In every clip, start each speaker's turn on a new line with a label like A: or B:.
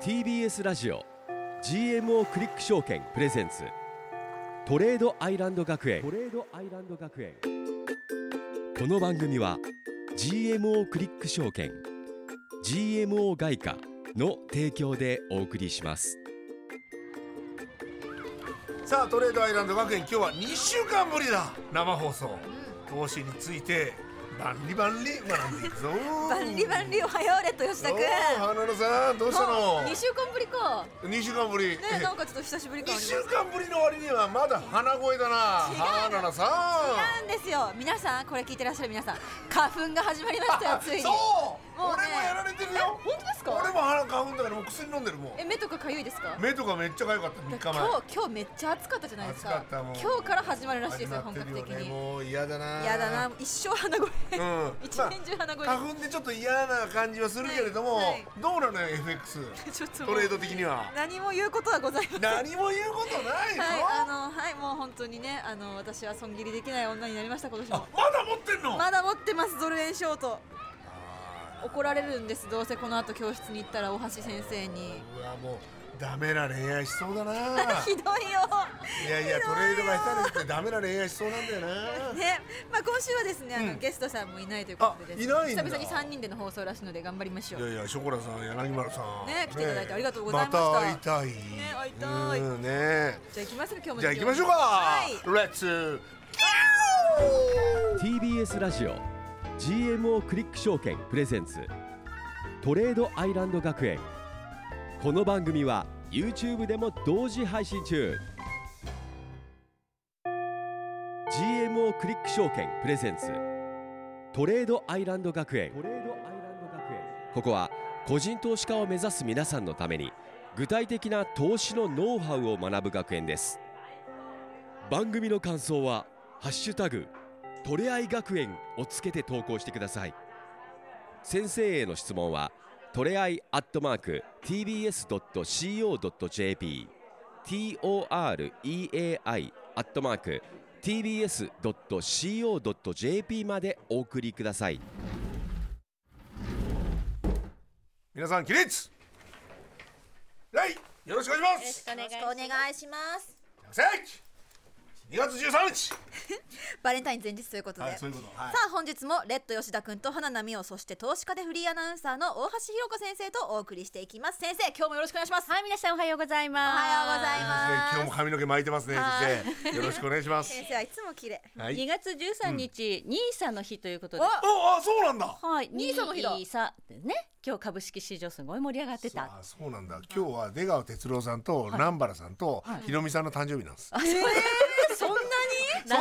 A: TBS ラジオ GMO クリック証券プレゼンツトレードアイランド学園トレードアイランド学園この番組は GMO クリック証券 GMO 外貨の提供でお送りします
B: さあトレードアイランド学園今日は2週間ぶりだ生放送、投資についてバンリバンリ学んでいくぞ
C: バンリバンリおはようレッド吉田
B: お
C: くん
B: ー花野さんどうしたの
C: 2週間ぶりか
B: 2週間ぶり、
C: ね なんかちょっと久しぶり
B: 2
C: 感あります
B: 週間ぶりの割にはまだ鼻声だな花野さ
C: なんですよ皆さんこれ聞いてらっしゃる皆さん花粉が始まりましたよつい
B: ん
C: に
B: そう
C: もうね
B: 俺もやられてる
C: え
B: よ
C: 本当です
B: 俺
C: か
B: も鼻花粉だからもう薬飲んでるも
C: え目とかかゆいですか
B: う目とかめっちゃ痒かった3日
C: 今
B: 前
C: 日今日めっちゃ暑かったじゃないですか
B: 暑かったもう
C: 今日から始まるらしいで
B: 始
C: す
B: ま
C: よ
B: っ
C: 本
B: て
C: 格
B: るよ
C: 的
B: ね
C: に
B: もう嫌だな
C: やだな一生鼻声
B: うん
C: 一年中鼻声
B: 花粉でちょっと嫌な感じはするけれども、
C: はいはい
B: どうなのよ FX
C: ちょっとも
B: ト
C: う
B: レード的に は
C: 何も言うことはございませんはい
B: 何も言うことないの、
C: あのはいもう本当にねあの私は損切りできない女になりました今年も
B: まだ持ってんの、
C: まだ持ってますドル円ショート
B: あ
C: 怒られるんですどうせこの後教室に行ったら大橋先生に
B: ーうわもうダメな恋愛しそう だな
C: ひどいよ
B: いやいやトレードが下手でってダメな恋愛しそうなんだよな、
C: ね、まあ今週はですねあの、
B: うん
C: ゲストさんもいないということでですね
B: あいないんだ
C: 久々に三人での放送らしいので頑張りましょ
B: いうやいやショコラさん柳丸さん
C: ね来ていただいてありがとうございました
B: また会いたいね
C: 会いたい
B: うんね
C: じゃあ行きますよ今日も
B: じゃあ行きましょうか、
C: はい
B: レッツ
A: TBS ラジオ GMO クリック証券プレゼンツトレードアイランド学園この番組は YouTube でも同時配信中 GMO クリック証券プレゼンツトレードアイランド学園ここは個人投資家を目指す皆さんのために具体的な投資のノウハウを学ぶ学園です番組の感想は「ハッシュタグトレアイ学園をつけて投稿してください先生への質問はトレアイアットマーク tbs.co.jp toreai アットマーク tbs.co.jp までお送りください
B: 皆さん起立はいよろしくお願いします
C: よろしくお願いします
B: せい2月13日
C: バレンタイン前日ということで、
B: はいそういうことはい
C: さあ本日もレッド吉田くんと花奈美桜そして投資家でフリーアナウンサーの大橋ひろ子先生とお送りしていきます先生今日もよろしくお願いします
D: はい、皆さんおはようございます。
C: おはようございま
B: 今
C: す
B: 日も髪の毛巻いてますね
C: はい
B: 先生よろしくお願いします
C: 先生はいつも綺麗
B: はい
D: 2月13日、ニーサの日という ことで。
C: お
B: ああそうなんだ
D: はい、
C: ニーサの日だ
D: ニーサってね、今日株式市場すごい盛り上がってた。
B: あそうなんだ今日は出川哲朗さんと南原さんとひろみさんの誕生日なんですそ
C: そん な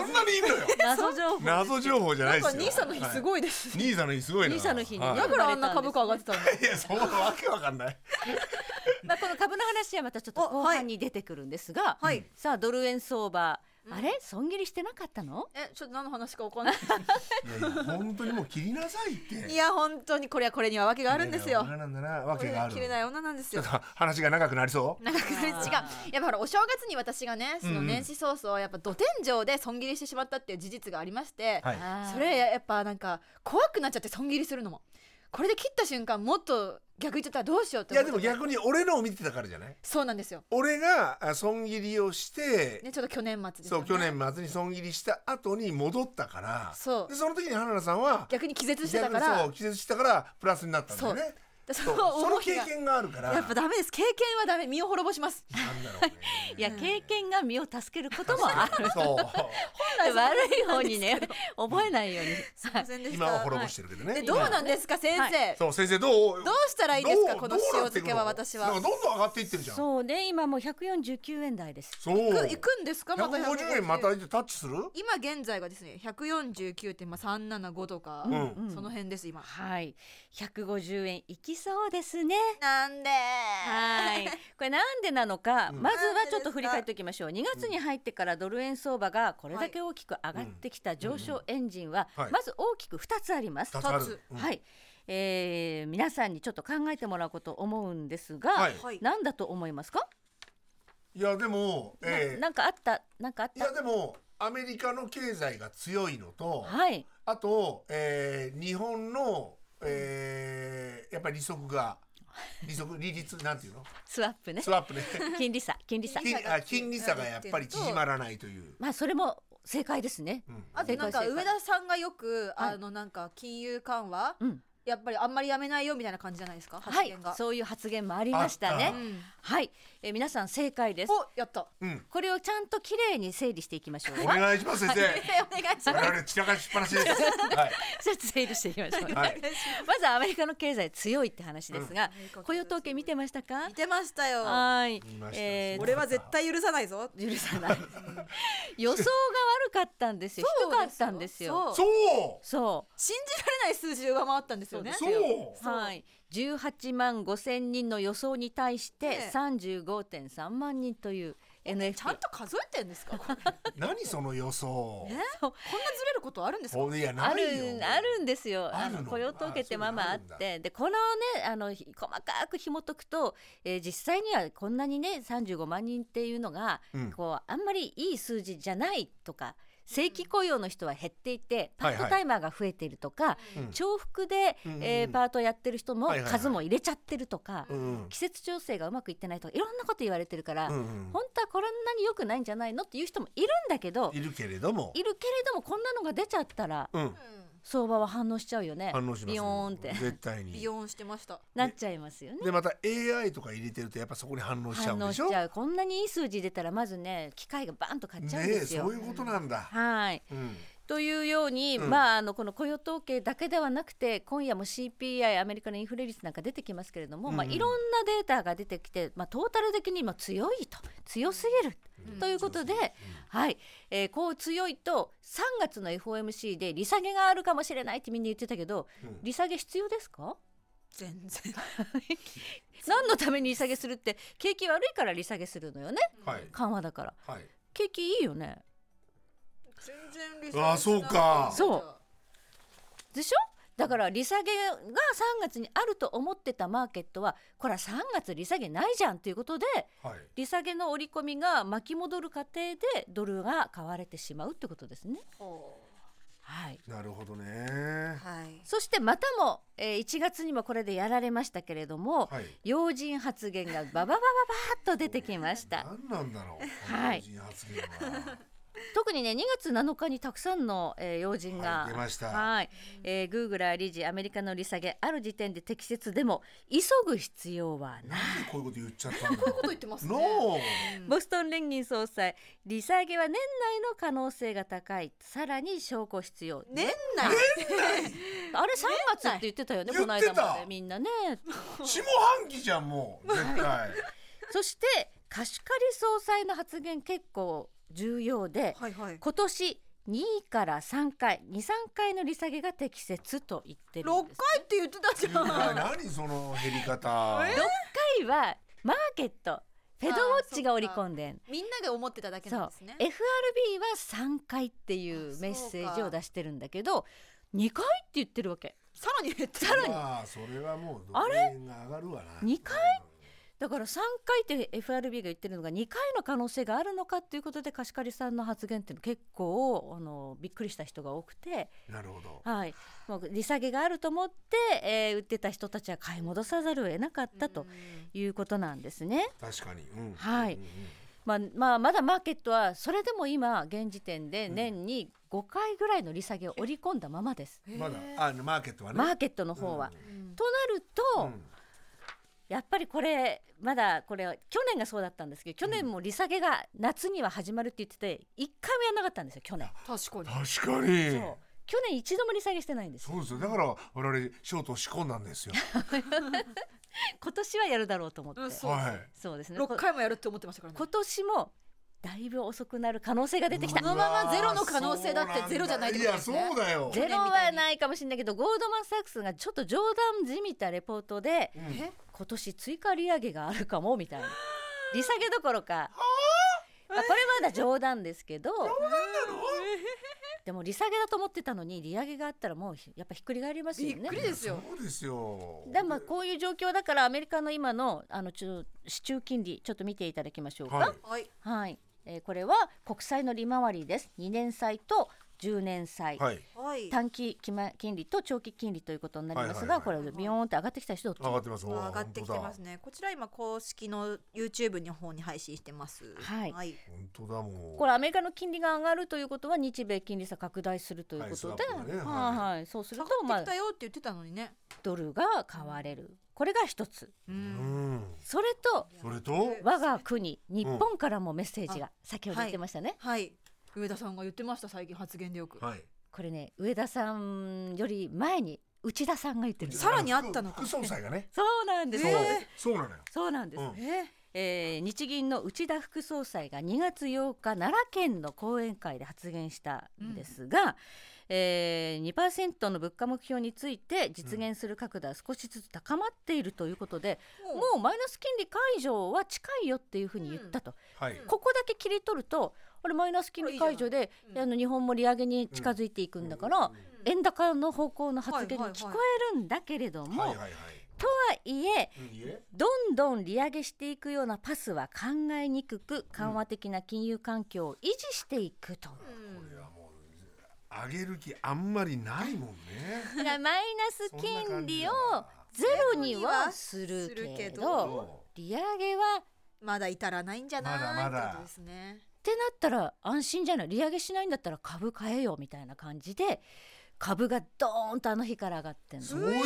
C: に
B: んなにいいのよ
D: 謎情報。
B: 謎情報じゃないですよい
C: ごいです
B: ニーサの日すごいな
D: ニーサの日にね
B: はい
C: だからあんな株価上がってたの
B: いやそんなわけわかんない
D: まあ、この株の話はまたちょっと
C: お
D: 後
C: はい
D: 半に出てくるんですが。
C: はい
D: さあ、ドル円相場、
C: うん
D: あれ、損切りしてなかったの。
C: え、ちょっと何の話かわかんない。
B: いやいや本当にもう切りなさいって
C: いや、本当にこれはこれには訳があるんですよ
B: い。やいやわけなんだなわけがある
C: 切れない女なんです
B: ちょ
C: よ
B: っと。話が長くなりそう
C: 長くなる違う。やっぱほら、お正月に私がね、その年始早々、やっぱ土天井で損切りしてしまったっていう事実がありまして、
B: はい
C: それやっぱなんか怖くなっちゃって損切りするのも。これで切った瞬間、もっと逆言っちゃったらどうしようって
B: い
C: 思
B: や
C: っ
B: でも
C: て。
B: 逆に俺のを見てたからじゃない
C: そうなんですよ。
B: 俺があ損切りをして、
C: ね、ちょっと去年末です
B: そ
C: よ
B: う
C: ね。
B: 去年末に損切りした後に戻ったから
C: そう
B: でその時に花田さんは
C: 逆に気絶してたか
B: 逆にそ
C: ら
B: う、気絶したからプラスになったんだよね
C: で
B: そ
C: そうの
B: その
C: 思い
B: 経
C: が。
B: 験があるから
C: やっぱダメです。経験はダメ。身を滅ぼします。
B: なんだろうね
D: いや、経験が身を助けることも ある。
B: そう
D: 悪い方 にね、覚えないように。
C: すいませんでした
B: 今は滅ぼしてるけどね、
C: えどうなんですか先
D: は
C: 生、
B: そう先生どう
C: どうしたらいいですか
B: どう
C: この塩漬けは私は
B: どうなっていくのなんかどんどん上がっていってるじゃんそう
D: そうね、今もう149円台です。
C: 行く行くんですかまた
B: 150円またタッチする
C: 今現在がですね149.375とか、
B: うん
C: その辺です今、
D: はい、150円いきそうで すね。
C: なんで
D: はい、これなんでなのか、
B: うん
D: まずはちょっと振り返っておきましょう。2月に入ってからドル円相場がこれだけ大きく上がってきた上昇エンジンは
B: うんはい、
D: まず大きく2つあります。
B: 二つある
C: 二つ
B: うん
D: はい、えー皆さんにちょっと考えてもらうこと思うんですが、
B: はい
C: はい
D: 何だと思いますか？
B: いやでも、
D: な
B: えー
D: なんかあった、なんかあっ
B: いや
D: た。
B: でもアメリカの経済が強いのと、
D: はい、
B: あと、えー日本の、えーやっぱり利息が利息利率なんていうの
D: スワップね
B: スワッ プね
D: 金利差金利差
C: 金
B: 金あ金利差がやっぱり縮まらないという、
D: まあそれも正解ですね
B: うん
C: あとなん
D: 正
C: か
D: 解正
C: 上
D: 解
C: 田さんがよく、
D: はい
C: あのなんか金融緩和、
D: うん
C: やっぱりあんまりやめないよみたいな感じじゃないですか発
D: はい
C: 言が、
D: そういう発言もありました
B: あ
D: ね
B: った
C: うん
D: はい、えー皆さん正解で す
C: おやった
B: うん、
D: これをちゃんときれいに整理していきましょう
B: お
D: ね
B: 願いします先生
C: えお願いします
B: 我々散らかしっぱなしですはい
D: ちょっと整理していきましょうね、
B: はい
D: まずアメリカの経済強いって話ですが、
C: うん
D: 雇用統計見てましたか
C: 似てましたよ
D: はい
B: 見ました
D: えー
C: 俺は絶対許さないぞ
D: 許さない予想が悪かったんですよ低かったんです
C: そ
D: よ
C: う
B: そう
D: そう
C: 信じられない数字を上回ったんですよね
B: そう
D: はい、18万5千人の予想に対し
C: ね
D: て35.3万人という NFP
C: ちゃんと数えてんですか これこんな
B: 何その予想
C: えずれることあるんですか
B: ほんでいや
D: あ
B: ない
D: る
B: よ
D: あるんですよ。
B: あ
D: あ
B: るの
D: の雇用統計ってまあまああ
B: あ
D: っ
B: そういうのあ
D: て、でこのねあのひ細かく紐解くと、えー実際にはこんなにね35万人っていうのが、
B: うん
D: こうあんまりいい数字じゃないとか。正規雇用の人は減っていてパ
B: はい
D: ートタイマーが増えているとか、
B: うん
D: 重複で、
B: うんうんうん
D: えーパートやってる人も
B: はいはいはい
D: 数も入れちゃってるとか、
B: うん
D: 季節調整がうまくいってないとかいろんなこと言われてるから、
B: うんうん
D: 本当はこんなに良くないんじゃないのっていう人もいるんだけど
B: いるけれども
D: いるけれどもこんなのが出ちゃったら
B: うん
C: うん
D: 相場は反応しちゃうよね
B: 反応します
D: ビヨーンって
B: 絶対に
C: ビヨーンしてました
D: なっちゃいますよね
B: でまた AI とか入れてるとやっぱそこに反応しちゃうん
D: 反応
B: で
D: し
B: しょ
D: ちゃうこんなにいい数字出たらまずね機械がバンと買っちゃうん
B: ね
D: で
B: え
D: すよ。
B: そういうことなんだ、
D: はい
B: うん
D: というように、
B: うん
D: まあ、あのこの雇用統計だけではなくて今夜も CPI アメリカのインフレ率なんか出てきますけれども、まあ、
B: うんうん
D: いろんなデータが出てきて、まあ、トータル的に今強いと強すぎる
C: うん
D: ということで、はいえーこう強いと3月の FOMC で利下げがあるかもしれないってみんな言ってたけど
B: うん
D: 利下げ必要ですか
C: 全然
D: 何のために利下げするって景気悪いから利下げするのよね
B: はい
D: 緩和だから
B: はい
D: 景気いいよね
C: 全然理
B: あーそうか
D: そうでしょだから利下げが3月にあると思ってたマーケットはこれは3月利下げないじゃんということで
B: はい
D: 利下げの織り込みが巻き戻る過程でドルが買われてしまうってことですね。
C: ほ
D: はい
B: なるほどね
C: うはい
D: そしてまたも、えー1月にもこれでやられましたけれども、
B: はい
D: 要人発言がバババババーっと出てきました。
B: 何なんだろう
D: はい
B: 個人発言は
D: 特にね2月7日にたくさんの、えー要人が、
B: はい出ました
D: はいえーグーグラー理事アメリカの利下げある時点で適切でも急ぐ必要はない。
B: なんでこういうこと言っちゃったんだ
C: こういうこと言ってます ね
B: の
D: ボストン連銀総裁利下げは年内の可能性が高いさらに証拠必要
C: 年内
D: あれ3月って言ってたよね
B: 言
D: こ
B: っ
D: の
B: てた
D: 間までみんなね
B: 下半期じゃんもう絶 対
D: そして貸し借り総裁の発言結構重要 で、
C: はいはい
D: 今年2から3回23回の利下げが適切と言ってるん
C: 六
D: です
C: 回って言ってたじ
B: い
C: ゃ
B: や
C: ん
B: 何その減り方
D: 6回はマーケットフェドウォッチが織り込んでん
C: みんなで思ってただけ
D: そう
C: なんですね
D: FRB は3回っていうメッセージを出してるんだけど2回って言ってるわけ
C: さらに減って
D: さらに
B: まあそれはもう
D: あ
B: れが上がるわな
D: 二回だから3回って FRB が言ってるのが2回の可能性があるのかっていうことで貸し借りさんの発言っていうの結構あのびっくりした人が多くて、
B: なるほど
D: はい、もう利下げがあると思って、えー売ってた人たちは買い戻さざるを得なかったということなんですね。
B: 確かにうん
D: はい
B: うんうん
D: まあまあ、まだマーケットはそれでも今現時点で年に5回ぐらいの利下げを織り込んだままです。
B: うんまだあのマーケットはね
D: マーケットの方は、
C: うん
D: となると、
B: うん
D: やっぱりこれまだこれは去年がそうだったんですけど去年も利下げが夏には始まるって言ってて一回もやらなかったんですよ去年
C: 確かに
B: 確かに
D: そう去年一度も利下げしてないんです
B: そ
D: よ
B: うですよだから我々ショートを仕込んだんですよ
D: 今年はやるだろうと思って、
C: うんそう
B: はい
D: そうですね
C: 六
D: こ
C: 回もやるって思ってましたからね
D: 今年もだいぶ遅くなる可能性が出てきた
C: このままゼロの可能性だってゼロじゃないってことですね
B: いやそうだよ
C: 去
D: ゼ
C: 年み
D: ロ
C: たいに
D: はないかもしれないけどゴールドマン・サックスがちょっと冗談じみたレポートで
B: うん
C: え
D: 今年追加利上げがあるかもみたいな 利下げどころか、まあ、これまだ冗談ですけどでも利下げだと思ってたのに利上げがあったらもうひやっぱひっくり返りますよ
C: び
D: ね
C: っくりですよ
B: そうですよ
D: でまあこういう状況だからアメリカの今のあの中市中金利ちょっと見ていただきましょうか
B: は
D: はいい、えーこれは国債の利回りです2年債と10年債、
B: はい
C: はい。
D: 短期期ま金利と長期金利ということになりますが、
B: はいはいはい
D: これビヨーンって上がってきた人
B: 上がってますおー
C: 上がってきてます
B: 本
C: ね。こちら今公式の YouTube の方に配信してます。
D: はい
C: はい。
B: 当だ本当だもう
D: これアメリカの金利が上がるということは日米金利差拡大するという
B: は
D: ことで、
B: いスラップがね
D: はい
B: は
D: はいそう
C: 下
D: する
C: が
D: とま
C: って
D: あ
C: きたよって言ってたのにね。
D: ドルが買われるこれが一つ
B: う
C: う。
B: んん
D: それと
B: それと
D: 我が国日本からもメッセージが先ほど言ってましたね、
C: はい。上田さんが言ってました最近発言でよく。
B: はい
D: これね上田さんより前に内田さんが言ってるんです
C: さらにあったの
B: 副
C: か
B: 副総裁がね
D: そうなんです、
B: そう
C: え
B: そうなのよ
D: そうなんです、
B: うん
C: え
D: えー日銀の内田副総裁が2月8日奈良県の講演会で発言したんですが、えー、2%の物価目標について実現する角度は少しずつ高まっているということで、もうマイナス金利解除は近いよっていうふうに言ったと、
B: はい
D: ここだけ切り取るとあれマイナス金利解除で
C: これいいじゃ
D: あ
C: ん
D: の日本も利上げに近づいていくんだから、
C: え
D: 円高の方向の発言に聞こえるんだけれども、
B: はいはいはい
D: とはいえ
B: うんいいえ
D: どんどん利上げしていくようなパスは考えにくく緩和的な金融環境を維持していくと、
B: これはもう上げる気あんまりないもんね
D: だからマイナス金利をゼロにはするけど利上げはっ
C: まだ至らないんじゃない
B: まだまだ
C: ってことですね。
D: てなったら安心じゃない利上げしないんだったら株買えよみたいな感じで株がドーンとあの日から上がってん
B: そうい
D: の
B: うこ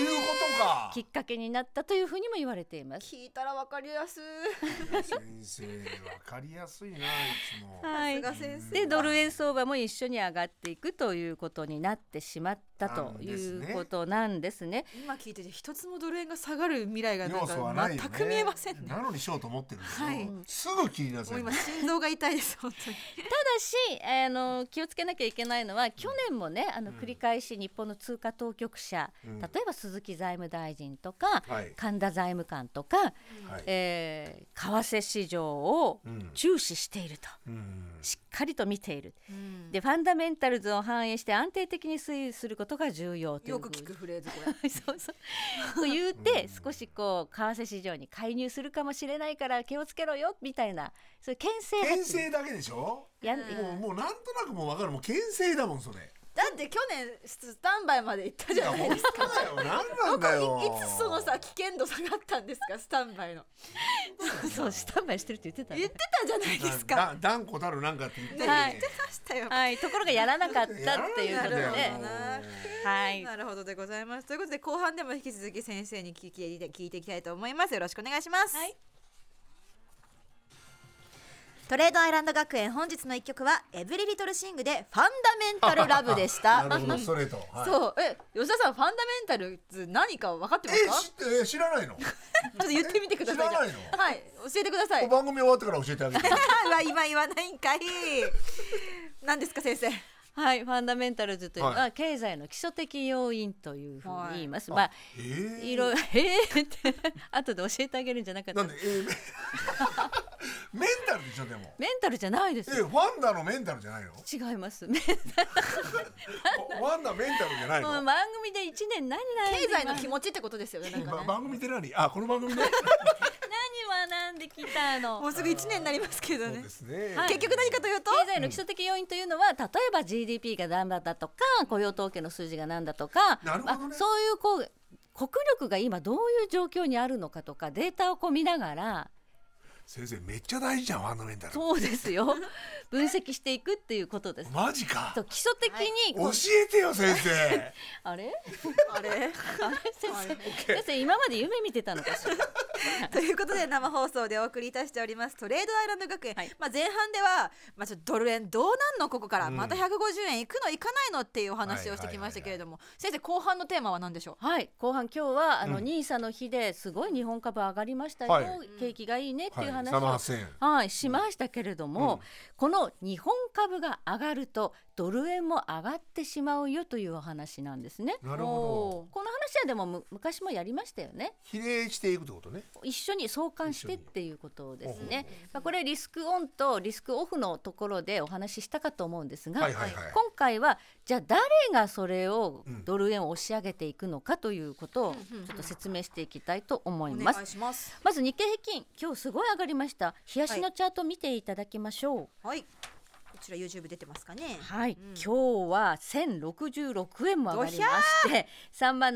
B: とか
D: きっかけになったというふうにも言われています。
C: 聞いたらわかりやすい。
B: 先生わかりやすいないつ も
D: はい
C: 菅先生。
D: でドル円相場も一緒に上がっていくということになってしまったということなんですね。
C: 今聞いてて一つもドル円が下がる未来がなん
B: 要素はな
C: か
B: いよね
C: 全く見えませんね。
B: なのにしようと思ってるんですよ、
C: はい
B: すぐ切りなさ
C: もう
B: い
C: 今心臓が痛いです本当に。
D: ただしあの気をつけなきゃいけないのは去年もねあの繰り返し日本の通貨当局者、
B: うん
D: 例えば鈴木財務大臣とか、
B: はい
D: 神田財務官とか、
B: はい
D: えー為替市場を
B: うん
D: 注視していると、
B: うん
D: しっかりと見ている
C: うん
D: でファンダメンタルズを反映して安定的に推移することが重要という
C: よく聞くフレーズこれ。
D: そうそう。と言うて少しこう為替市場に介入するかもしれないから気をつけろよみたいなそういう牽制
B: 牽
D: 発
B: 制
D: 言
B: だけでしょ
D: や
C: うん
B: もうもうなんとなくもう分かるもう牽制だもんそれ
C: だって去年スタンバイまで行った
B: い
C: じ
B: や
C: ゃ ない
B: 本
C: ですか。
B: 当だよ何な
C: ど
B: ん
C: こ
B: だよ
C: いいつそのさ危険度下がったんですかスタンバイの。
D: そうスタンバイしてるって言ってた
C: 言っ
D: ね
C: て。たじゃないですか。
B: だ断固たるなんかって言って、
D: はい
C: ましたよ。
D: はいところがやらなかった
B: やら
D: っていうこ
B: な
D: と
B: か
D: で
B: ったよ
C: ね
D: はい
C: なるほどでございます。ということで後半でも引き続き先生に聞き聞いていきたいと思います。よろしくお願いします。
D: はい
C: トレードアイランド学園本日の一曲はエブリリトルシングでファンダメンタルラブでした。
B: なるほどストレート、はい、
C: そうえ吉田さんファンダメンタルズ何か分かってますか？ち
B: え知ってえ知らないの
C: ょっと言ってみてください。
B: 知らないの
C: じゃあはい教えてください。
B: 番組終わってから教えてあげて
C: は 今言わないんかい。何ですか先生。
D: はいファンダメンタルズというの
B: は
D: は経済の基礎的要因というふうに言います。まあ
B: え
D: いろいろ「へえ」って後で教えてあげるんじゃなかっ
B: なん
D: た
B: で、えー、 メンタルでしょでも
D: メンタルじゃないです
B: えファンダのメンタルじゃないの
D: 違いますメン
B: ファンダメンタルじゃない
D: もう
B: の、
D: 番組で一年何々
C: 経済の気持ちってことですよねなんか
B: ま
C: ね。
B: 番組って何あこの番組ね
D: 何学んできた
C: も
D: の
C: うすぐ一年になりますけど
B: そう
C: ね
B: で。すね、
D: はい
C: 結局何かというと。
D: 経済の基礎的要因というのは、例えば GDP が何だとか雇用統計の数字が何だとか、
B: なるほどね
D: あそういうこう国力が今どういう状況にあるのかとかデータをこう見ながら
B: 先生めっちゃ大事じゃんファンダメンタル
D: そうで すよ分析していくっていうことです。
B: マジか
D: と基礎的にこう、
B: 教えてよ先 生
D: あれ
C: あれ。
D: あれ先生先生今まで夢見てたのかしら
C: ということで生放送でお送りいたしておりますトレードアイランド学園、
D: はい
C: まあ、前半では、まあ、ちょっとドル円どうなんのここから、
B: うん
C: また150円いくのいかないのっていうお話をしてきましたけれども、先生後半のテーマは何でしょう
D: はい後半今日はあの、
B: うん
D: ニーサの日ですごい日本株上がりましたよ、
B: はい
D: 景気がいいねっていう
B: は
D: 話を、
B: い、38000円
D: はい、しましたけれども、
B: うん
D: この日本株が上がるとドル円も上がってしまうよというお話なんですね。
B: なるほ
D: この話はでもむ昔もやりましたよね
B: ど比例していくってことね
D: 一緒に相関してっていうことです
B: 一緒
D: ね、まあ、これリスクオンとリスクオフのところでお話ししたかと思うんですが、
B: はいはいはい
D: 今回はじゃあ誰がそれを
B: うん
D: ドル円を押し上げていくのかということを
C: うんうんうん
D: ちょっと説明していきたいと思い
C: お
D: ます
C: 願い。します
D: まず日経平均今日すごい上がりました日足のチャート見ていただきましょう、
C: はいちら YouTube 出てますかね
D: はい、
C: うん
D: 今日は1066円も上がりまして3万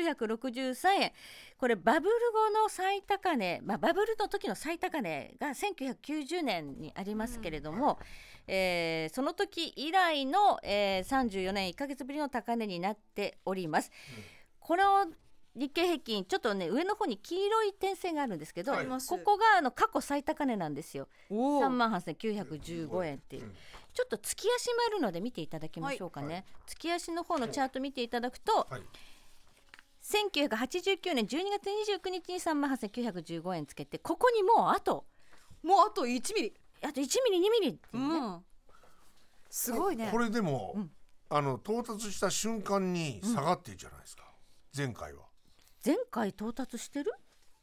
D: 7963円これバブル後の最高値、まあ、バブルの時の最高値が1990年にありますけれども、えーその時以来の、えー、34年1ヶ月ぶりの高値になっております。これを日経平均ちょっとね上の方に黄色い点線があるんですけど、
B: はい
C: ます
D: ここがあの過去最高値なんですよ
C: お
D: 3万8915円っていううんちょっと月足もあるので見ていただきましょうかね、
B: はい
D: 月足の方のチャート見ていただくと、
B: はい
D: 1989年12月29日に3万8915円つけてここにもうあと
C: もうあと1ミリ
D: あと1ミリ2ミリって
C: う
D: いうね、
C: んすごいね
B: これでも、
D: うん
B: あの到達した瞬間に下がってるじゃないですか、前回は
D: 前回到達してる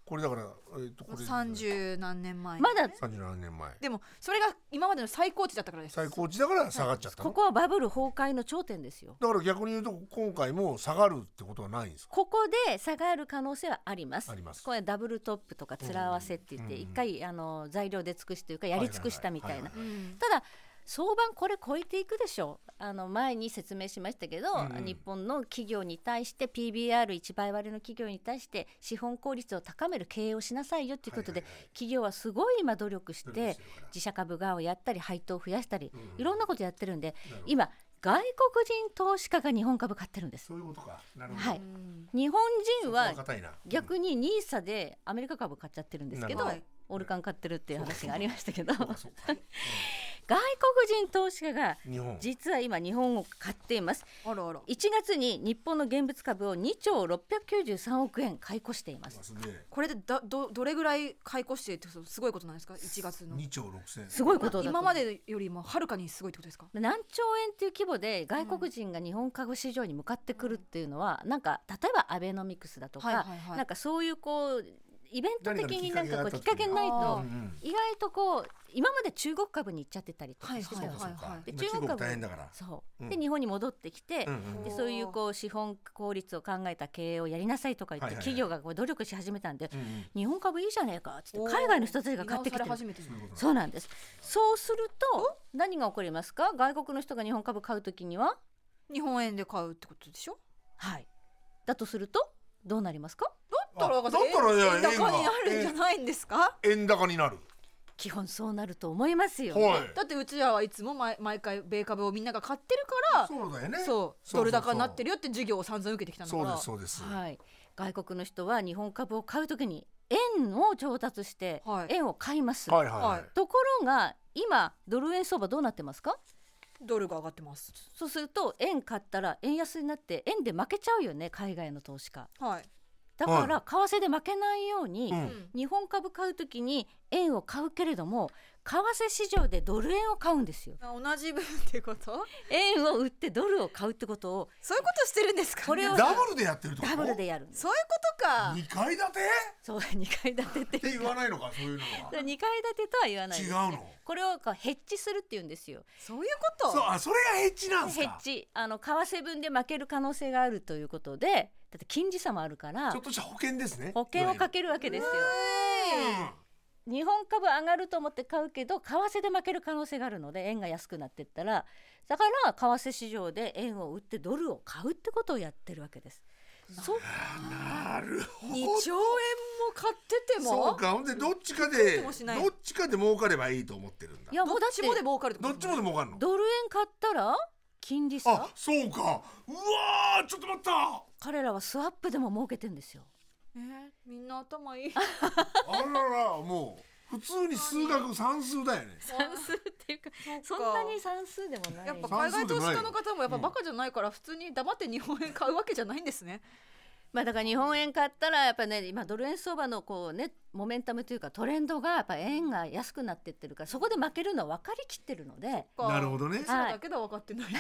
B: これだから、えっとこれ
C: 30何年前
D: まだ
B: 37年前
C: でもそれが今までの最高値だったからです
B: 最高値だから下がっちゃったの、
D: ここはバブル崩壊の頂点ですよ
B: だから逆に言うと今回も下がるってことはないんですか
D: ここで下がる可能性はあります。
B: あります
D: これダブルトップとか面合わせって言って
B: うん
D: 一回あの材料で尽くしというかやり尽くしたみたいな
B: は。
C: うん
D: ただ相場これ超えていくでしょうあの前に説明しましたけど、
B: うんうん
D: 日本の企業に対して PBR1 倍割れの企業に対して資本効率を高める経営をしなさいよということで、
B: はいはいはい
D: 企業はすごい今努力し
B: 努力
D: て
B: してるから
D: 自社株側をやったり配当を増やしたり、
B: うん
D: いろんなことやってるんで
B: なるほど
D: 今外国人投資家が日本株買ってるんです。
B: そういうことかなる
D: は
C: う
D: い
C: ん
D: 日本人は
B: 硬いな
D: 逆にニーサでアメリカ株買っちゃってるんですけど
B: な
C: るほど
D: オルカン買ってるっていう話がありましたけど
B: そうか
D: 外
B: そうか
D: 国人投資家が
B: 日本
D: 実は今日本を買っています
C: あらあら
D: 1月に日本の現物株を2兆693億円買い越しています
B: すね
C: これでだどどれぐらい買い越してってすごいことなんですか1月の
B: 2兆6千
D: すごいことだと
C: 今までよりもはるかにすごいってことですか
D: 何兆円っていう規模で外国人が日本株市場に向かってくるっていうのは、なんか例えばアベノミクスだとか、
C: はいはいはい
D: なんかそういうこうイベント的になんかこ
B: 何かの
D: うきっ
B: きっか
D: か
B: け
D: け
B: が
D: ない
C: あ
D: と
B: うん
C: ー
B: うん
D: 意外とこう今まで中国株に行っちゃってたりとかしてた
C: は
D: ん
C: い
D: で
B: そ
D: す
B: う
D: よ
B: かそうか今中
C: はいはい
D: で中国
B: 国
D: は
B: 大変だから
D: そう
B: うん
D: で日本に戻ってきて、
B: うんうん
D: でそういうこう資本効率を考えた経営をやりなさいとか言って、
B: はいはいはい
D: 企業がこう努力し始めたんで、
B: うんうん
D: 日本株いいじゃねえかっつって海外の人たちが買ってきて
C: 見
D: る
C: 直され始めてる
B: そういうことだ
D: そうなんですそうすると何が起こりますか外国の人が日本株買うときには
C: 日本円で買うってことでしょ
D: はいだとするとどうなりますか
B: あだったらいや
C: 円高に
B: 円
C: な
B: が
C: るんじゃないんですか
B: 円高になる
D: 基本そうなると思いますよ、
B: は
C: だってうちらはいつも毎毎回米株をみんなが買ってるから
B: いそうだよね
C: そうドル高になってるよって授業を散々受けてきたんだか
B: そう
C: ら
B: ですそうです
D: はい、外国の人は日本株を買うときに円を調達して
C: はい
D: 円を買います、
B: はいはいは
C: はい
B: い
D: ところが今ドル円相場どうなってますか
C: ドルが上がってます
D: そうすると円買ったら円安になって円で負けちゃうよね海外の投資家
C: はい
D: だから為替で負けないように、
B: うん
D: 日本株買うときに円を買うけれども為替市場でドル円を買うんですよ
C: うん同じ分ってこと
D: 円を売ってドルを買うってことを
C: そういうことしてるんですかね
D: これを
B: ダブルでやってるってこと
D: ダブルでやるんです
C: そういうことか
B: 二階建て
D: そう2階建てって
B: って言わないのかそういうのは
D: 2階建てとは言わないですね
B: 違うの
D: これをこうヘッジするっていうんですよ
C: そういうこと
B: そうあそれがヘッジなんです
D: ヘッ
B: かち
D: ジあの為替分で負ける可能性があるということでだって金利差もあるから
B: ょっとした保険ですね
D: 保険をか
B: け
D: けるわけですよ
C: え
D: 日本株上がると思って買うけど為替で負ける可能性があるので円が安くなってったらだから為替市場で円を売ってドルを買うってことをやってるわけです。そう
B: なるほ
C: ー、2
B: ど
C: 兆円も買ってても
B: そうかほんでどっちかで
C: てもしない
B: どっちかで儲かればいいと思ってるんだ
D: いや
C: ど
D: も
C: っ
D: うだっ
C: ちもで
D: て
C: 儲かるってこ
B: ど
C: と
B: っちもで儲かるの
D: ドル円買ったら金利
B: あ
D: 差
B: そうかうわーちょっと待った
D: 彼らはスワップでも儲けてんですよ。
C: えーみんな頭いい
B: あららもう普通に数学算数だよね
D: 算数っていうかそ
C: そ
D: ん
C: ん
D: な
C: な
D: に
C: に
D: 算数でもない。
C: やっぱ海外投資家の方もやっぱ
B: うん
C: バカじゃないから普通に黙って日本円買うわけじゃないんですね。
D: まあだから日本円買ったらやっぱね今ドル円相場のこうねモメンタムというかトレンドがやっぱ円が安くなってってるからそこで負けるのは分かりきってるので。
B: なるほ
C: ど。
B: どねい
C: それだけでは分かっ てない。
B: や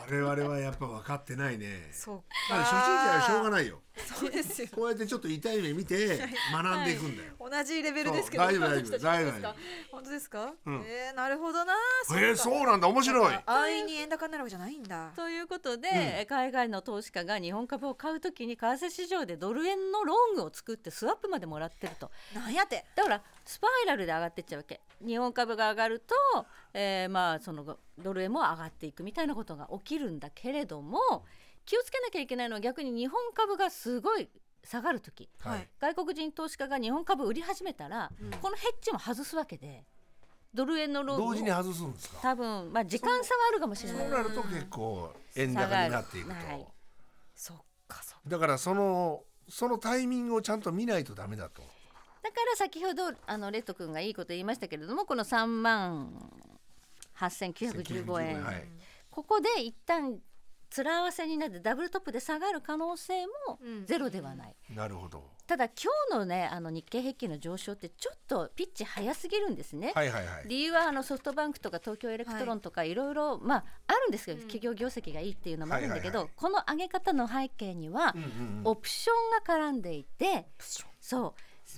B: 我々はやっぱ分かってないね
C: そう
B: まあ初心者はしょうが
C: ない。
B: ないよ
C: そうですよ。
B: こうやってちょっと痛い目見て学んでいくんだよ、
C: 同じレベルですけど。
B: そう大丈夫
C: 私たちどうです
B: 大
C: か
B: 丈
C: 本当ですか？
B: うん
C: えーなるほどな。
B: えー、そうなんだ面白い
C: か安易に円高になるわけじゃないんだ。
D: ということで、海外の投資家が日本株を買うときに為替市場でドル円のロングを作ってスワップまでもらってってると
E: なんやて
D: だからスパイラルで上がってっちゃうわけ日本株が上がると、えーまあそのドル円も上がっていくみたいなことが起きるんだけれども気をつけなきゃいけないのは逆に日本株がすごい下がる時
E: はい
D: 外国人投資家が日本株売り始めたら、
E: うん
D: このヘッジも外すわけでドル円のローンを
B: 同時に外すんですか
D: 多分まあ時間差はあるかもしれ
B: そう
D: ない
B: なると結構円高になっていくと、
D: 下がるはい
E: そっかそっか
B: だからそのそのタイミングをちゃんと見ないとダメだと
D: だから先ほどあのレッド君がいいこと言いましたけれどもこの3万8915円、
B: はい、
D: ここで一旦面合わせになってダブルトップで下がる可能性も
E: うん
D: ゼロではない、
B: なるほど
D: ただ今日のねあの日経平均の上昇ってちょっとピッチ早すぎるんですね、
B: はいはいはい
D: 理由はあのソフトバンクとか東京エレクトロンとかいろいろまああるんですけど、
E: うん
D: 企業業績がいいっていうのもあるんだけど、
B: はいはいはい
D: この上げ方の背景には
B: うんうんうん
D: オプションが絡んでいてそう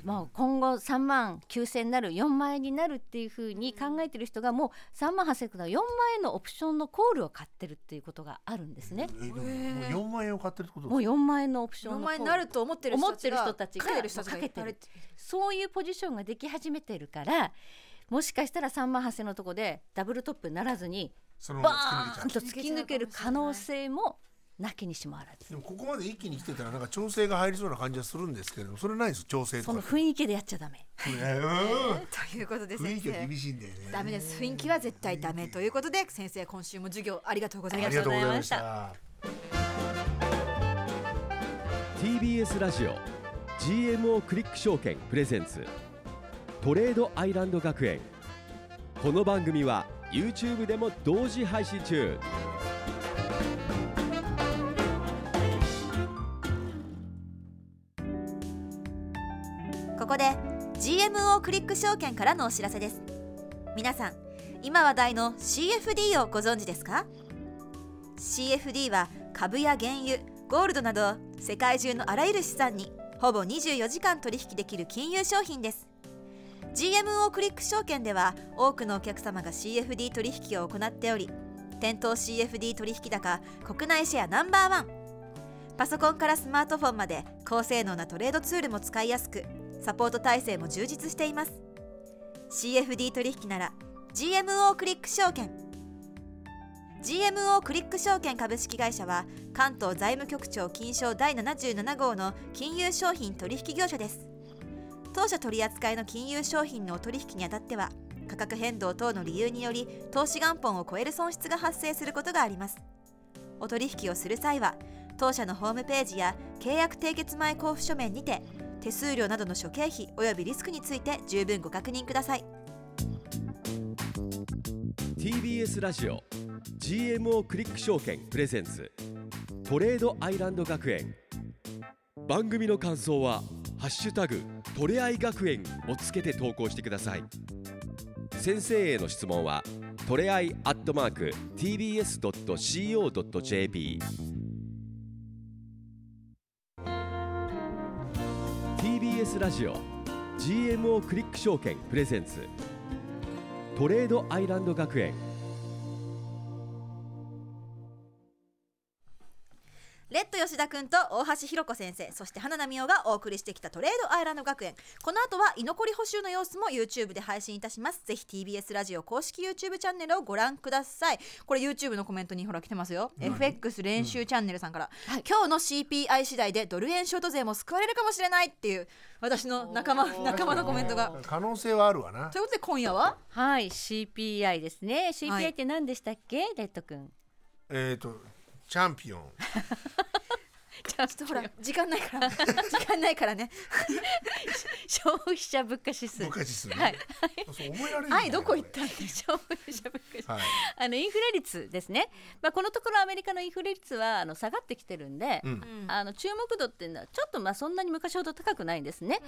D: もう今後3万9,000になる4万円になるっていうふうに考えてる人がもう3万8,000から4万円のオプションのコールを買ってるっていうことがあるんですね。
B: えでももう4万円を買ってるってこと
D: もう4万円のオプション
E: 4
D: のコ
E: 万
D: ー
E: 円
D: ル
E: になると思ってる人たちが
D: 思ってる人たちが
E: かけてる人たちがいっぱいいる
D: そういうポジションができ始めてるからもしかしたら3万8,000のとこでダブルトップにならずに
B: そのま
D: バ
B: ま突き抜けちゃ
D: ーンと突き抜ける可能性もなきにしもあらず
B: うでもここまで一気に来てたらなんか調整が入りそうな感じはするんですけれどもそれないです調整
D: そ
B: とか っ
D: の
B: て
D: 雰囲気でやっちゃダメ
B: うん
E: ということで
B: 雰囲
E: 先
B: 気は
E: 生
B: 厳しいんだよね
E: ダメです雰囲気は絶対ダメということで先生今週も授業ありがとうござい
B: あ
E: ま
B: り
E: し
B: が
E: た
B: とうござい
D: ありがとうござい
B: ま
D: ま
B: し
D: した
A: TBS ラジオ GMO クリック証券プレゼンツトレードアイランド学園この番組は YouTube でも同時配信中
E: ここで GMO クリック証券からのお知らせです皆さん今話題の CFD をご存知ですか CFD は株や原油ゴールドなど世界中のあらゆる資産にほぼ24時間取引できる金融商品です GMO クリック証券では多くのお客様が CFD 取引を行っており店頭 CFD 取引高国内シェアナンバーワンパソコンからスマートフォンまで高性能なトレードツールも使いやすくサポート体制も充実しています CFD 取引なら GMO クリック証券 GMO クリック証券株式会社は関東財務局長金賞第77号の金融商品取引業者です当社取扱いの金融商品のお取引にあたっては価格変動等の理由により投資元本を超える損失が発生することがありますお取引をする際は当社のホームページや契約締結前交付書面にて手数料などの諸経費およびリスクについて十分ご確認ください
A: TBS ラジオ GMO クリック証券プレゼンツトレードアイランド学園番組の感想は「ハッシュタグトレアイ学園」をつけて投稿してください先生への質問はトレアイアットマーク TBS.CO.JP TBS ラジオ GMO クリック証券プレゼンツトレードアイランド学園
E: レッド吉田くんと大橋ひろ子先生そして花奈美桜がお送りしてきたトレードアイランド学園この後は居残り補修の様子も YouTube で配信いたしますぜひ TBS ラジオ公式 YouTube チャンネルをご覧くださいこれ YouTube のコメントにほら来てますよ、FX 練習チャンネルさんから、
D: はい
E: 今日の CPI 次第でドル円ショート税も救われるかもしれないっていう私の仲間仲間のコメントが
B: 可能性はあるわな
E: ということで今夜は
D: はい CPI ですね
E: はい
D: CPI って何でしたっけ、レッド君
B: えっ、ー、とチャンピオン
E: ちょっとほら時間ないから時間ないからね
D: 消費者物価指数
B: 昔ですね、
D: はい
B: そう覚えられるんだよ
E: はいどこ行ったんで
D: 消費者物価指数
B: はい
D: あのインフレ率ですね、まあ、このところアメリカのインフレ率はあの下がってきてるんで、
B: うん
D: あの注目度っていうのはちょっとまあそんなに昔ほど高くないんですね。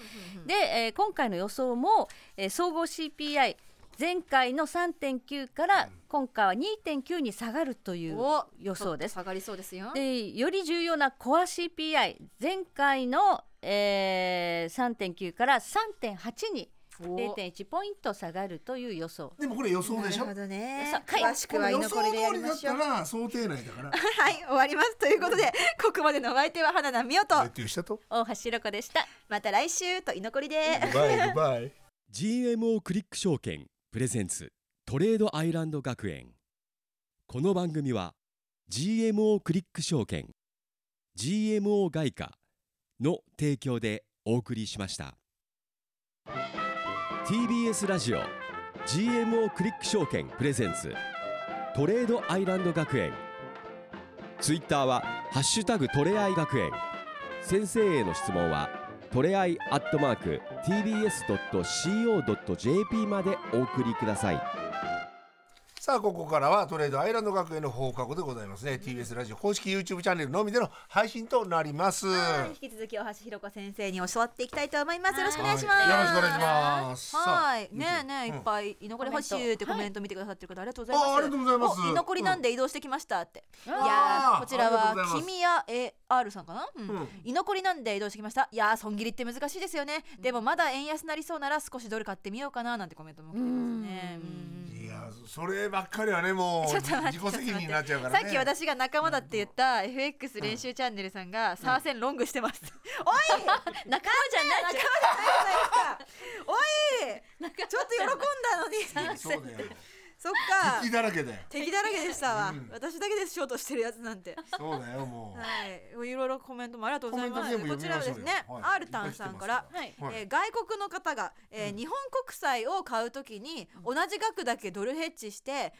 D: で、えー今回の予想も、えー総合 CPI 前回の3.9から今回は2.9に下がるという
E: お
D: 予想です。
E: 下がりそうですよ
D: でより重要なコア CPI 前回の、えー3.9から3.8に0.1ポイント下がるという予想
B: でもこれ予想
C: な
B: で
C: る
B: しょ
C: ほどね
D: そうはい
C: 詳しくは居
B: 予
C: の
B: 想
C: これでや
B: 通
C: り
B: り
C: ま
B: だっ
C: しょ
B: た
C: う
B: ら想定内だ から
C: はい終わりますということでここまでのお相手は花奈美代と
B: ってしたと
D: 大橋ロコでした
C: また来週と居残りで
B: グバイグバイ
A: GMO クリック証券プレゼンツトレードアイランド学園この番組は GMO クリック証券 GMO 外貨の提供でお送りしました TBS ラジオ GMO クリック証券プレゼンツトレードアイランド学園ツイッターは「ハッシュタグトレアイ学園」先生への質問はトレアイアットマーク TBS.CO.JP までお送りください
B: さあここからはトレードアイランド学園の放課後でございますね、TBS ラジオ公式 YouTube チャンネルのみでの配信となります
C: はい引き続き大橋ひろ子先生に教わっていきたいと思いますよろしくお願いします
B: はいよろしくお願いします
C: はい
B: さあ
C: ねえねえい
B: うん
C: っぱい居残り欲しいってコメント見てくださってる方ありがとうございます
B: あありがとうございます
C: お居残りなんで移動してきましたってい
D: うん
C: や
B: あ
C: ー
B: ー
C: こちら
B: ありが
C: は
B: とうございます
C: 君や AR さんかなうん
B: うん
C: 居残りなんで移動してきましたいやー損切りって難しいですよねでもまだ円安なりそうなら少しドル買ってみようかななんてコメントも来てますね
D: うん
C: うん
B: いやそればっかりはねもう
C: ちょっと待って
B: 自己責任になっちゃうからね
C: さっき私が仲間だって言った FX 練習チャンネルさんがサーセンロングしてます、おい
D: 仲間じゃない
C: 仲間じゃないじゃないですか。おい、ちょっと喜んだのに。
B: そうだよ
C: そっか
B: 敵。だらけだよ
C: 敵だらけでしたわ。
B: うん
C: 私だけですショートしてるやつなんて。
B: そうだよもう
C: はい、いろいろコメントもありがとうございます。
B: コメン
C: こ
B: ト
C: ち
B: 全
C: ら
B: 部
C: はで
B: 読みましょう
C: す
B: よ
C: ね、
B: はい
C: アルタンさんから。
D: はい
B: はい
C: えー外国の方が、えー日本国債を買うときに同じ額だけドルヘッジして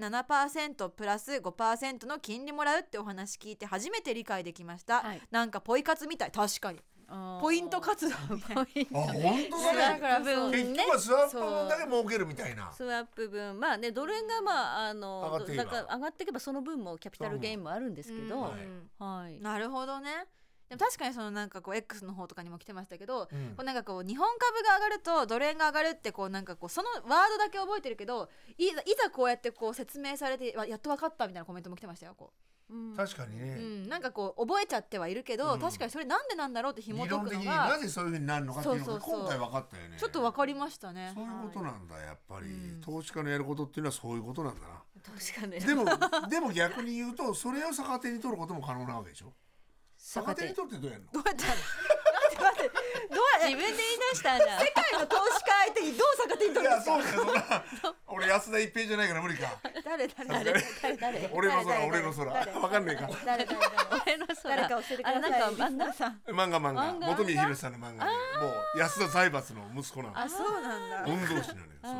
C: 0.7%プラス5%の金利もらうってお話聞いて初めて理解できました、
D: はい
C: なんかポイ活みたい確かに ポイント活動みたいな
D: ポイン
B: あ
D: ト
B: 本当
D: スワ
B: だね
D: ップ分
B: 結
D: ね
B: 局はスワップ分だけ儲けるみたいな
D: スワップ分まあねドル円がまああの
B: 上がっていけ
D: だ
B: ば
D: から上がっていけばその分もキャピタルゲインもあるんですけど、
C: うん
B: はい
D: はい。
C: なるほどねでも確かにそのなんかこう X の方とかにも来てましたけど、
B: うん
C: こうなんかこう日本株が上がるとドル円が上がるってこうなんかこうそのワードだけ覚えてるけどいざいざこうやってこう説明されてわやっと分かったみたいなコメントも来てましたよこ
B: 確かに
C: う、う
B: ね
C: ん、なんかこう覚えちゃってはいるけど、
B: うん
C: 確かにそれなんでなんだろうって紐
B: 理
C: 解
B: 論
C: く
B: 的
C: の
B: にな
C: が
B: ぜそういうふうになるのかっていうの
C: そう
B: が
C: そうそう
B: 今回分かったよね
C: ちょっと分かりましたね
B: そういうことなんだやっぱり
C: うん
B: 投資家のやることっていうのはそういうことなんだな
D: 確かに
B: でも でも逆に言うとそれを逆手に取ることも可能なわけでしょ逆手に取ってどうやるの
C: どうやって待って待ってどうやっ
D: 自分で言い出したん だ。
C: て世界の投資家相手にどう逆手に
B: い
C: 取るんで
B: や
C: す
B: そ
C: か
B: うだよそんな 俺安田一平じゃないから無理か
C: 誰誰誰誰誰
B: 俺の空
C: 誰
B: 俺の空
C: 誰
B: わかんないか
C: 誰誰誰
D: 俺の空
C: 誰か教えてください
D: あなんかあなん
C: さん
B: 漫画漫画
D: 漫画
B: 本宮宏さんの漫画でもう安田財閥の息子なの
C: あそうなんだ
B: 御曹司なのよそう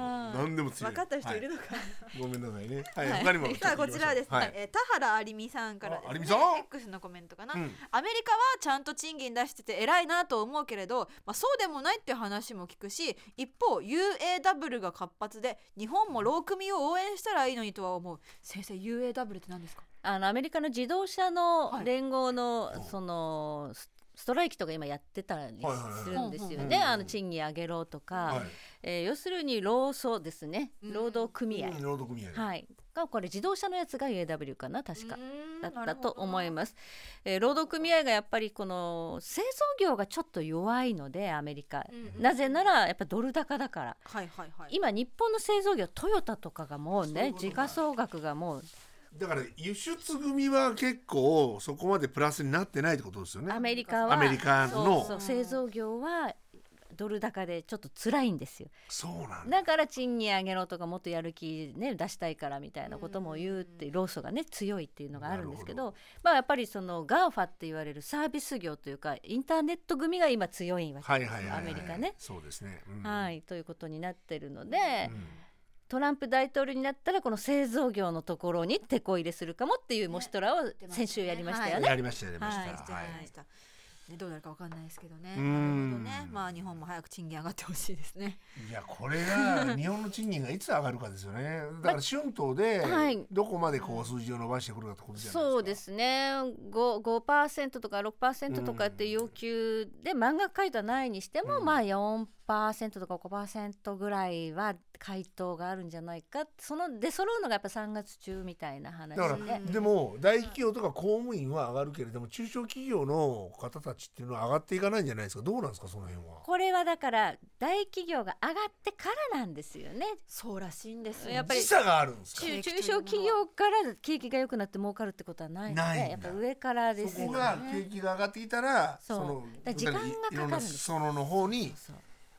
B: 何でも強い
C: 分かった人いる
B: は
C: のか、
B: いごめんなさいねはい他にも
C: さあこちらはですね、
B: はい
C: えー田原有美さんから
B: あ有
C: で
B: 美
C: すね
B: さん
C: X のコメントかな、
B: うん
C: アメリカはちゃんと賃金出してて偉いなと思うけれど、まあ、そうでもないっていう話も聞くし一方 UAW が活発で日本も労組を応援したらいいのにとは思う先生 UAW って何ですか
D: あのアメリカの自動車の
C: はい
D: 連合の、そのスストライキとか今やってたり
B: はいはいはい
D: するんですよ
B: うんうん
D: ね。
B: うん
D: あの賃金上げろとか、
B: はい
D: えー要するに労組ですね。
C: うん
D: 労働組合、
B: うん労働組合
D: はいがこれ自動車のやつが UAW かな確か。だったと思い
C: ま
D: ます、えー労働組合がやっぱりこの製造業がちょっと弱いのでアメリカ、
C: うん
D: なぜならやっぱドル高だから
C: すはいはいはい
D: 今日本の製造業トヨタとかがもう
B: そういう
D: ね
B: こと
D: 時価総額がもう
B: だから輸出組は結構そこまでプラスになってないってことですよね
D: アメリカは
B: アメリカの
D: そうそう製造業はドル高でちょっと辛いんですよ
B: そうなんだ
D: だから賃金上げろとかもっとやる気、ね、出したいからみたいなことも言うって労組がね強いっていうのがあるんですけ
B: な
D: どまあやっぱりその GAFA って言われるサービス業というかインターネット組が今強いわけ
B: はいはいはいはい
D: アメリカね
B: そうですね
D: はいい、ということになってるので、
B: うん
D: トランプ大統領になったらこの製造業のところに手こ入れするかもっていう模試トラを先週やりましたよね。
B: やりましたやりました
C: はい、して
B: は
C: ないいした、ね、どうなるかわかんないですけど
B: う
C: ね。な
B: ー
C: るほ
B: ん
C: どね、まあ日本も早く賃金上がってほしいですね。
B: いやこれが 日本の賃金がいつ上がるかですよねだから春闘で
D: はい
B: どこまでこう数字を伸ばしてくるかってことじゃないですか
D: そうですね 5%, 5とか6%とかっていう要求で漫画描いたないにしても、
B: うん
D: まあ4 6%とか5%ぐらいは回答があるんじゃないかその出揃うのがやっぱ3月中みたいな話
B: だから、
D: で
B: でも大企業とか公務員は上がるけれども中小企業の方たちっていうのは上がっていかないんじゃないですかどうなんですかその辺は。
D: これはだから大企業が上がってからなんですよね
F: そうらしいんですよ
D: やっぱり
B: 時差があるんですか
D: 中中小企業から景気が良くなって儲かるってことはないの
B: ないんだ
D: でやっぱ上からです
B: そ
D: よ
B: こ
D: ね
B: が景気が上がってきたら
D: そうだから時間がかかるんです
B: いろんなそのの方に
D: そう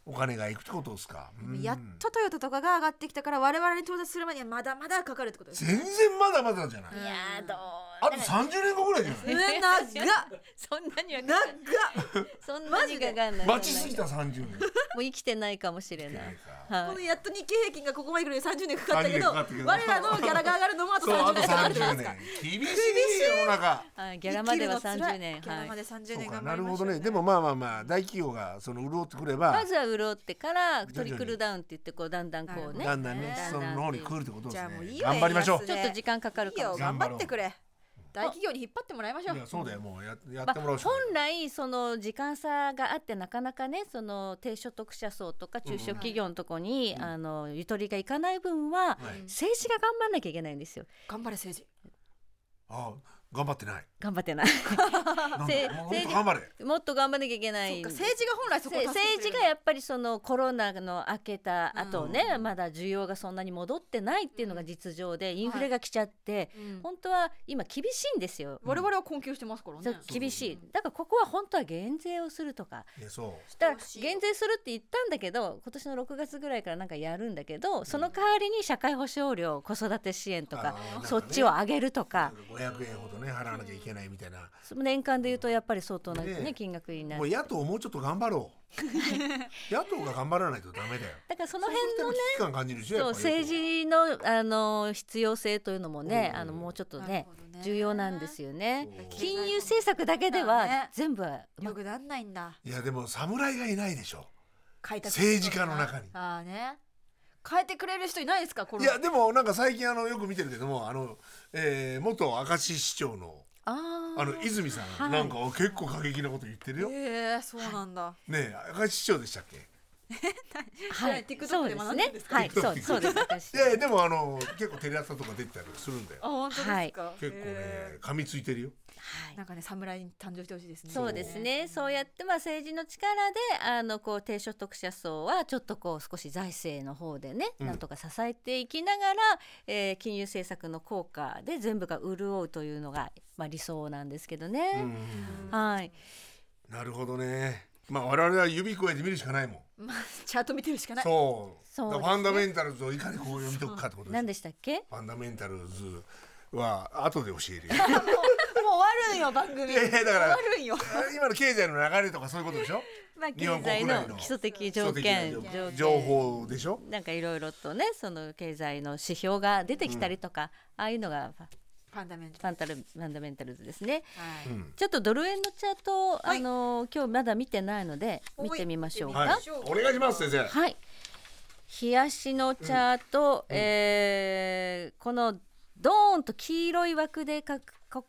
B: お金がいくってことですか。うん
C: やっとトヨタとかが上がってきたから我々に到達するまでにはまだまだかかるってことです。
B: 全然まだまだじゃない。
D: いやーどう
B: あと三十年後ぐらいじゃな
C: う
B: い。
C: ん、長っ
D: そんなには
C: 長っ
D: そんなにかかんない
B: 待ちすぎた三十年。
D: もう生きてないかもしれないは
C: こ
D: い
C: のやっと日経平均がここまで来るのに30年かかったけど
B: 30年かかったけど
C: 我らのギャラが上がるのもあと
B: そう
C: 30
B: あと
C: 年か
B: 三
C: かる
B: 十
C: じゃな
B: 年
C: いですか。
B: 厳しい世の中。
D: はいギャラまでは
C: 生きるの辛
D: 30
C: い
D: 年
C: ギャラ
D: はい
C: まで30
B: そう
C: 年
B: か
C: 頑
B: な
C: 張り
B: る
C: ま
B: ほ
C: しょ
B: ど
C: う
B: ね。でもまあまあまあ大企業がその潤ってくれば
D: まずは潤ってから
B: 々に
D: トリクルダウンって言ってこうだんだんこうね
B: だんだんね
D: だんだん
B: その脳に来るってことです
C: じゃあもういい
B: ね。
C: よ
B: 頑張りましょう
C: 円。安
D: ちょっと時間かかる
C: いい
D: か
C: よ
D: もしれ
C: 頑張ってくれ。大企業に引っ張ってもらいましょう
B: い。やそうだよもうややっ
D: な
B: て
D: い、まあ
B: もらうしかない。
D: 本来その時間差があってなかなかねその低所得者層とか中小企業のとこに、あのゆとりがいかない分
B: は
D: は、
B: い
D: 政治が頑張んなきゃいけないんですよ
C: 頑張れ政治。
B: あ頑張ってない。
D: 頑張ってない
B: なん
D: せ
B: だもうもっ
D: 政
B: と
D: 治
B: 頑張れ。
D: もっと頑張んなきゃいけない
C: そっか政治が本来そこを
D: せ
C: 助けてくれる
D: 政治がやっぱりそのコロナの明けた後ね、まだ需要がそんなに戻ってないっていうのが実情で、インフレが来ちゃって、
C: うん
D: 本当は今厳しいんですよ。
C: 我々は困窮してますから
D: そ
C: ね
D: う。厳しいだからここは本当は減税をするとか
B: いやそう。
D: だから
C: どうしよう
D: 減税するって言ったんだけど今年の6月ぐらいからなんかやるんだけどその代わりに社会保障料子育て支援と
B: あ
D: か
B: ーなんかね
D: そっちを上げるとか
B: 500円ほどね払わなきゃいけないみたいな。
D: 年間で言うとやっぱり相当な、
B: ねえ
D: ね、金額にな
B: もう
D: る
B: 野党もうちょっと頑張ろ う。野党が頑張らないとダメだよ。
D: だからその
B: そ
D: 辺
B: うするとやっぱ危機感感じるでしょ。
D: そう
B: やっぱり
D: 政治のあの必要性というのもね、あのもうちょっと
C: なる
D: ね
C: ほどね
D: 重要なんですよね
B: そう。
D: 金融政策だけでは、
C: そうだね
D: 全部は、ま
C: よくなんないんだ。
B: いやでも侍がいないでしょ。
C: 開拓
B: 政治家の中に。
C: ああね。変えてくれる人いないですかこ
B: い
C: れ。
B: やでもなんか最近あのよく見てるけどもあの、えー、元明石市長の
D: あー
B: あの泉さん、
D: はい
B: なんか結構過激なこと言ってるよ。ね
C: ええそうなんだ。
B: え明石市長でしたっけ。
D: はい、
C: TikTok で
D: そ
C: 学
D: う
C: んだん
D: ね
C: です。か
D: はい、 そうそうです。私
B: いやいやでもあの結構テレ朝とか出てたりするんだよ
C: あ。本当ですか。
B: 結構
C: へ
B: ね噛みついてるよ。
D: はい
C: え。なんかね侍に誕生してほしいですね。
D: そうですね。そうやってまあ政治の力であのこう低所得者層はちょっとこう少し財政の方でね、なんとか支えていきながら、えー金融政策の効果で全部が潤うというのがまあ理想なんですけどね。はい。
B: なるほどね。まあ我々は指加えて見るしかないもん。
C: まあチャート見てるしかない。
B: そう。
D: そうですね
B: ファンダメンタルズをいかにこう読み解くかってことです
D: 何
B: よ。
D: でしたっけ？
B: ファンダメンタルズは後で教え るよ。
C: もう終わるんよ番組。
B: いやいやだから
C: 終わるんよ。
B: 今の経済の流れとかそういうことでしょ。
D: まあ
B: 日
D: 経
B: 本
D: 済
B: 国内
D: の
B: の
D: 基礎的条件
B: 基礎的な
D: 条件
B: 情報でしょ。
D: なんかいろいろとねその経済の指標が出てきたりとか、ああいうのがファ
C: ファンダメンタル。
D: ファンタルファンダメンタルズですね。
C: はい。
D: ちょっとドル円のチャートを、
C: はい
D: あの今日まだ見てないので
C: はい
D: 見てみましょうか。
B: はい
D: はい。。
B: お願いします先生。
D: 冷やしのチャート、えーこのドーンと黄色い枠でか囲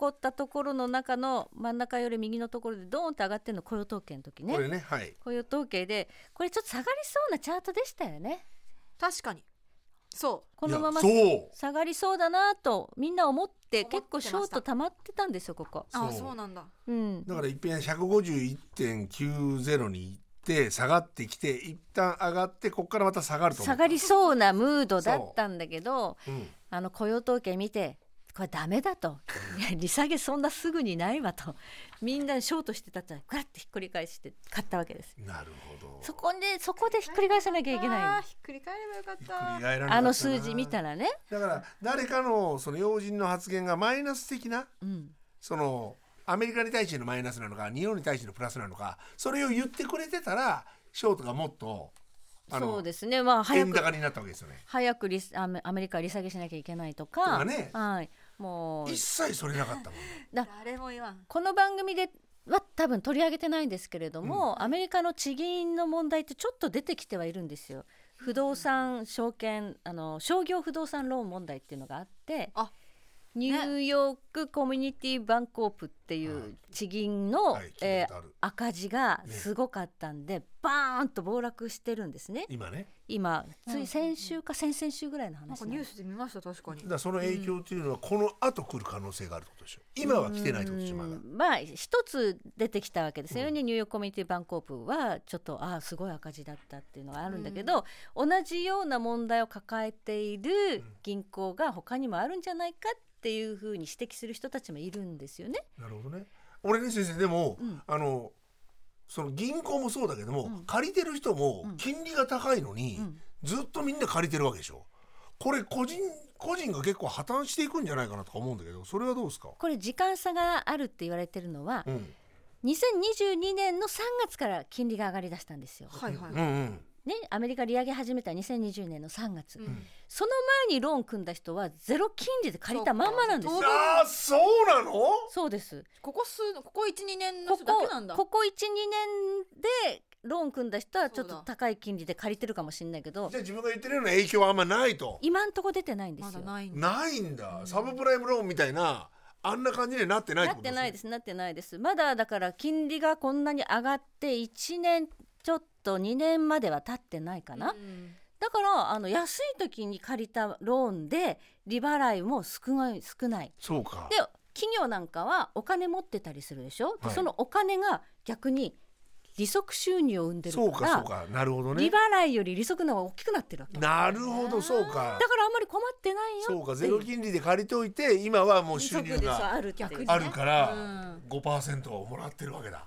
D: ったところの中の真ん中より右のところでドーンと上がってるの雇用統計の時
B: こ
D: ね
B: れねはい。
D: 雇用統計でこれちょっと下がりそうなチャートでしたよね
C: 確かに。そ
D: このまま
B: いやそう。
D: 下がりそうだなとみんな思って
C: 思ってま
D: 結
C: した
D: 構ショート溜まってたんですよここ
C: う。ああ
B: そう
C: そうなんだ。
D: うん
B: だから一遍151.90に行って下がってきて一旦上がってここからまた下がると思う
D: 下がりそうなムードだったんだけど
B: うん
D: あの雇用統計見てこれダメだといや利下げそんなすぐにないわとみんなショートしてたってグラッてひっくり返して買ったわけです
B: なるほど。
D: そこでそこでひっくり返さなきゃいけ
C: あ
D: な
C: あ
D: い
C: ひっくり返ればよかっ
B: 繰り
C: た。
B: 返らなかったな
D: あの数字見たらね、
B: だから誰かのその要人の発言がマイナス的な
D: うん、
B: そのアメリカに対してのマイナスなのか日本に対してのプラスなのかそれを言ってくれてたらショートがもっとあ
D: そう
B: の
D: ですねまあ早
B: 円
D: く
B: 高になったわけですよね。
D: 早くリスアメアメリカは利下げしなきゃいけないと
B: と
D: か
B: かね
D: はい、もう
B: 一切それなかったもんね。
C: 誰も言わん。
D: この番組では多分取り上げてないんですけれども、アメリカの地銀の問題ってちょっと出てきてはいるんですよ。不動産証券あの商業不動産ローン問題っていうのがあって
C: あ
D: ニューヨークコミュニティバンコープってい
B: は
D: う
B: い
D: 地銀の、
B: はい、聞
D: え
B: い
D: ー
B: たことある。
D: 赤字がすごかったんで、バーンと暴落してるんですね
B: 今ね。
D: 今つ
C: うん
D: い先週か先々週ぐらいの
C: なん
D: 話
C: か
D: なん
C: ニュ
D: で
C: ー
D: す
C: スで見ました確かに
B: だからその影響というのはこの後来る可能性があるってことでしょ。今は来てないってことでしょまだ
D: う。んまあ一つ出てきたわけですよね、
B: うん
D: ニューヨークコミュニティバンコープはちょっとああすごい赤字だったっていうのがあるんだけど、同じような問題を抱えている銀行が他にもあるんじゃないかっていうふうに指摘する人たちもいるんですよね。
B: なるほどね。俺ね先生でも、
D: うん
B: あのその銀行もそうだけども、
D: うん
B: 借りてる人も
D: うん
B: 金利が高いのに、
D: うん
B: ずっとみんな借りてるわけでしょ。これ個人個人が結構破綻していくんじゃないかなとか思うんだけど、それはどうですか。
D: これ時間差があるって言われてるのは
B: う、ん
D: 2022年の3月から金利が上がり出したんですよ。
C: はいはい、
B: うんうん。
D: ね、アメリカ利上げ始めた2020年の3月、
C: うん
D: その前にローン組んだ人はゼロ金利で借りたまんまなんです
C: そ
D: よ
C: うか。
B: ああそうなの？
D: そうです
C: ここ数ここ一二年の
D: こ
C: 人だけなん
D: こ
C: だ
D: ここ12年でローン組んだ人はちょっ
C: そう
D: と
C: だ
D: 高い金利で借りてるかもしれないけど
B: じゃあ自分が言ってるような影響はあんまないと。
D: 今んとこ出てないんで
C: ますだ
D: よ。
C: ないんだ
B: ないんだ。サブプライムローンみたいなあんな感じになってない
D: な
B: って
D: っ
B: こと。
D: てないですすなってないですまだだから金利がこんなに上がって1年ちょっと2年までは経ってないかな、
C: うん
D: だからあの安い時に借りたローンで利払いも少ない少ない
B: そうか
D: で。企業なんかはお金持ってたりするでしょ、で
B: はい
D: そのお金が逆に利息収入を生んでるか
B: そう
D: ら
B: かそうか。なるほど
D: 利
B: ね。
D: 払いより利息の方が大きくなってるわけだ
B: なるほどそうか。
D: からあんまり困ってないよ
B: そうかゼロ金利で借りておいて今はもう
D: 利
B: 収
D: 息
B: 入
D: でそう
B: が
D: あるっていう
C: 逆にね
B: あるから
C: うん
B: 5%をもらってるわけだ。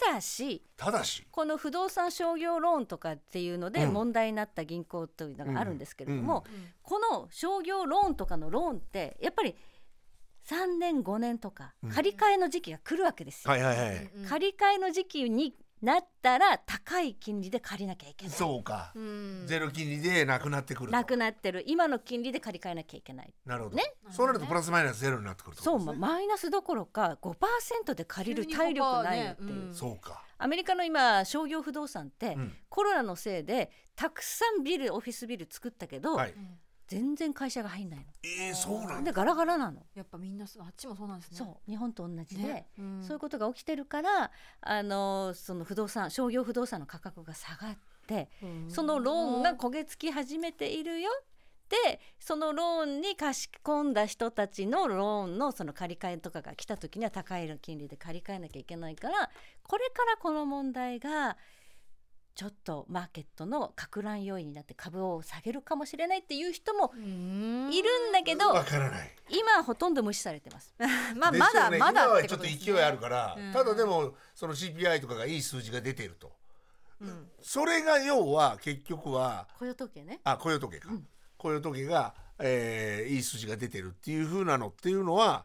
D: ただした
B: だし。
D: この不動産商業ローンとかっていうので
B: うん
D: 問題になった銀行というのがあるんですけれども、
C: うんうん
D: この商業ローンとかのローンってやっぱり3年5年とか
B: うん
D: 借り換えの時期が来るわけですよ、
B: はいはいはい。
C: うんうん
D: 借り換えの時期になったら高い金利で借りなきゃいけない
B: そうか
C: う。ん
B: ゼロ金利でなくなってくると。
D: なくなってる今の金利で借り換えなきゃいけない
B: なるほど
D: ね。
B: そうなるとプラスマイナスゼロになってくるってこ
D: そ
B: と
D: う、
B: ですね。
D: マイナスどころか5%で借りる体力ないよっていう、
C: 急に5%ねうん
B: そうか。
D: アメリカの今商業不動産って、
B: うん
D: コロナのせいでたくさんビルオフィスビル作ったけど、
B: はい。
D: 全然会社が入んない
B: ええそうなん
D: の。
B: だ。
D: でガラガラなの。
C: やっぱみんなそうあっちもそうなんですね
D: そう日本と同じで、
C: ねうん
D: そういうことが起きてるからあのその不動産商業不動産の価格が下がって
C: うん
D: そのローンが焦げ付き始めているよ。でそのローンに貸し込んだ人たちのローンのその借り換えとかが来た時には高い金利で借り換えなきゃいけないからこれからこの問題がちょっとマーケットの拡乱要因になって株を下げるかもしれないっていう人も
C: うん
D: いるんだけど
B: わからない。
D: 今はほとんど無視されてます。
C: まあ
B: です
C: ま
B: よ
C: だ
B: ね
C: まだ
B: 今は
C: て
B: ちょっ
C: ことですね
B: 勢いあるから、
C: うん
B: ただでもその CPI とかがいい数字が出てると
C: うん
B: それが要は結局は
D: 雇用統計ね
B: あ雇用時計か、雇用時計が、えーいい数字が出てるっていう風なのっていうのは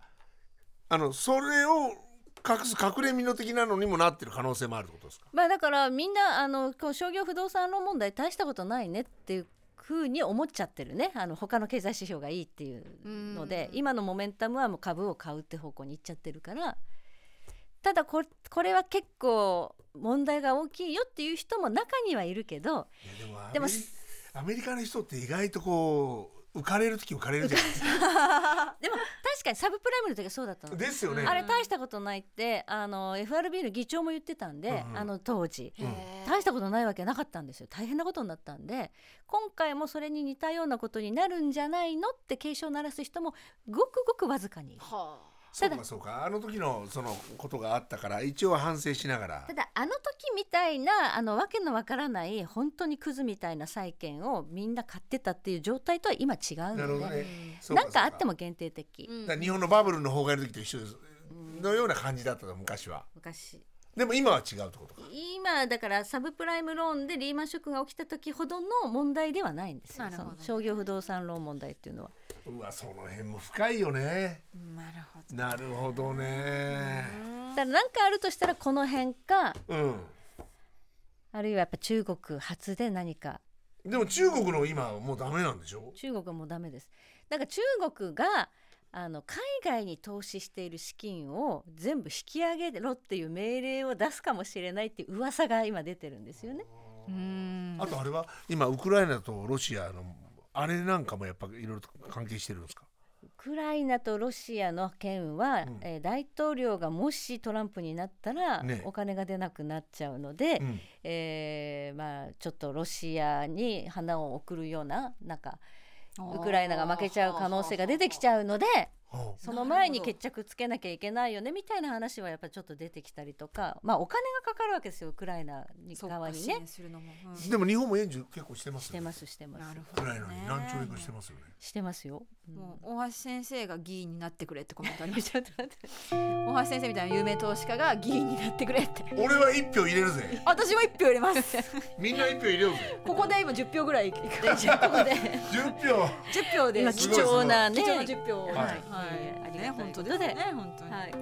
B: あのそれを隠す隠れ身の的なのにもなってる可能性もあるってことですか
D: まあだからみんなあのこう商業不動産ローン問題大したことないねっていうふうに思っちゃってるねあの他の経済指標がいいっていうので
C: うん
D: 今のモメンタムはもう株を買うって方向に行っちゃってるからただここれは結構問題が大きいよっていう人も中にはいるけど
B: いやでもアメリ
D: で
B: ア
D: も
B: メリカの人って意外とこう浮かれる時浮かれるじゃないですか
D: でも確かにサブプライムの時はそうだったの。
B: ですよね
D: あれ大したことないってあの FRB の議長も言ってたんで、
B: うんうん
D: あの当時。
B: うん
C: へー
D: 大したことないわけなかったんですよ大変なことになったんで今回もそれに似たようなことになるんじゃないのって警鐘を鳴らす人もごくごくわずかにいる
C: はあ
B: そう
D: た
B: か
D: だ
B: そうかあの時のそのことがあったから一応反省しながら
D: ただあの時みたいなあのわけのわからない本当にクズみたいな債券をみんな買ってたっていう状態とは今違う
B: なるほ
D: の
B: ど
D: で
B: ねそう
D: なんかあって
B: も
D: も限定的、
C: うん
B: だから日本のバブルの崩壊の時と一緒ですのような感じだったの昔は
D: 昔
B: でも今は違うってことか
D: 今だからサブプライムローンでリーマンショックが起きた時ほどの問題ではないんですよ、
C: なるほ
D: そ
C: ど
D: の商業不動産ローン問題っていうのは。
B: うわその辺も深いよね
C: なるほど
B: なるほどね
D: だからなんかあるとしたらこの辺か
B: うん
D: あるいはやっぱ中国発で何か
B: でも中国の今はもうダメなんでしょ
D: 中国はもうダメです。なんか中国があの海外に投資している資金を全部引き上げろっていう命令を出すかもしれないっていう噂が今出てるんですよね。
C: うん
B: あとあれは今ウクライナとロシアのあれなんかもやっぱいろいろと関係してるんですか
D: ウククライナとロシアの件は、
B: うん
D: えー大統領がもしトランプになったら、
B: ね
D: お金が出なくなっちゃうので、
B: うん
D: えーまあ、ちょっとロシアに花を送るようななんかウクライナが負けちゃう可能性が出てきち
C: ゃう
D: ゃうので
B: は
D: その前に
C: なるほど
D: 決着つけなきゃいけないよねみたいな話はやっぱちょっと出てきたりとか、まあ、お金がかかるわけですよウクライナに側にね。
C: するのも、うん
B: あでも日本も援助結構してます
D: し
B: よ
D: て
B: ね
D: ますしてま
C: な
D: す
C: るほ
B: ウ
C: ど
B: ク
C: ね
B: ライナに何兆円かしてますよね
D: してますよ。うん
C: もう大橋先生が議員になってくれってコメントありました ちょっと待って大橋先生みたいな有名投資家が議員になってくれ って
B: 俺は一票入れるぜ
C: 私も一票入れます
B: みんな一票入れようぜ
C: ここで今10票ぐらいいくで10票 で
B: 十票
C: 10票で
D: 今
B: す
D: 貴
B: ごい
D: 重な
C: 貴
D: ね
C: 重な10票
B: い
D: はい
C: ね
D: ありがたい
C: 本当
D: こと
C: で
D: です
C: ね本当に、
D: はい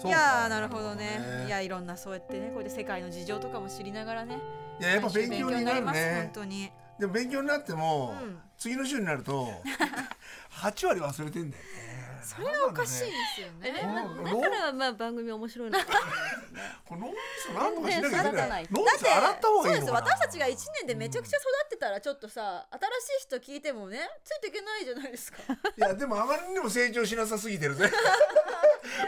B: そう
C: いやーなるほどね
B: ね
C: いやいろんなそうやってねこうやって世界の事情とかも知りながらね
B: いややっぱ勉強になる
C: 毎週勉強になります本
B: ね
C: 当に
B: でも勉強になっても、
C: うん
B: 次の週になる と八割忘れてんだよねそれがお
C: おかしいですよね
B: う
D: え
B: ん
D: まあだからまあ番組面白いのか
B: これ脳みそなんとかしなきゃいけ
D: 全然
B: な
D: 育
B: い
D: たない
B: 脳みそ洗った方がいいのかな
C: 1年でめちゃくちゃ育ってたらちょっとさ新しい人聞いてもねついていけないじゃないです か
B: いやでもあまりにも成長しなさすぎてる ぜ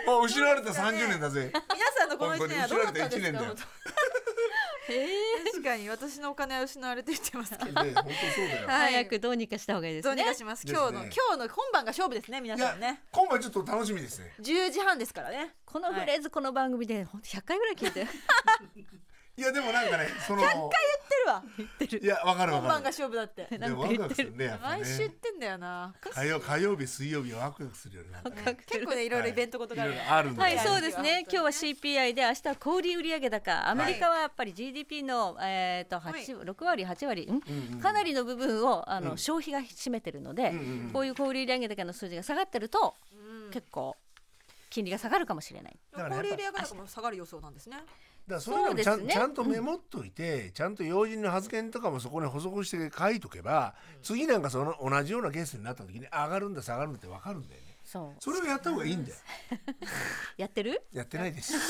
B: もう失われた30年だぜ
C: 皆さんのこの1年はどうだったんで
B: 本当
C: すか
B: に失われた一年だよ
C: 本当確かに私のお金は失われていってますけ
B: ね
C: ど
B: 本当そうだよ
C: はい
D: 早くどうにかした方がいいです
C: どうに
D: ね
C: かします
B: ですね
C: 今日の今日の今晩が勝負ですね皆
B: い
C: さ
B: や
C: んね
B: 今晩ちょっと楽しみですね
C: 10時半ですからね
D: このフレーズこの番組で本当100回ぐらい聞いて
B: いやでもなんかねその
C: 言ってるわ
B: いやわかるわ
C: 今晩
B: か
C: が勝負だって
B: るでもワクワクするねやっぱね
C: 毎週言ってんだよな
B: 火曜火曜日水曜日はワクワクするよねなんかね
C: 結構ねいろいろイベントことがある
B: いろいろあるんだ
D: は
B: よ
D: い、
B: ね
D: そうですね。今日は CPI で明日は小売売上高、アメリカはやっぱり GDP の、えっ、と八六割八割、ん
B: うんうん
D: かなりの部分をあの、
B: うん
D: 消費が占めてるので、
B: うんうんうん
D: こういう小売売上高の数字が下がってると、
C: うん
D: 結構金利が下がるかもしれない。
B: だからやっぱ
C: 氷売上高も下がる予想なんですね
B: だからそういうのもちゃ
D: そうんですね
B: ちゃんとメモっといて、ちゃんと要人の発言とかもそこに補足して書いとけば、次なんかその同じようなケースになった時に上がるんだ下がるんだって分かるんだよね
D: そう、
B: それをやった方がいいんだよ
D: やってる？
B: やってないです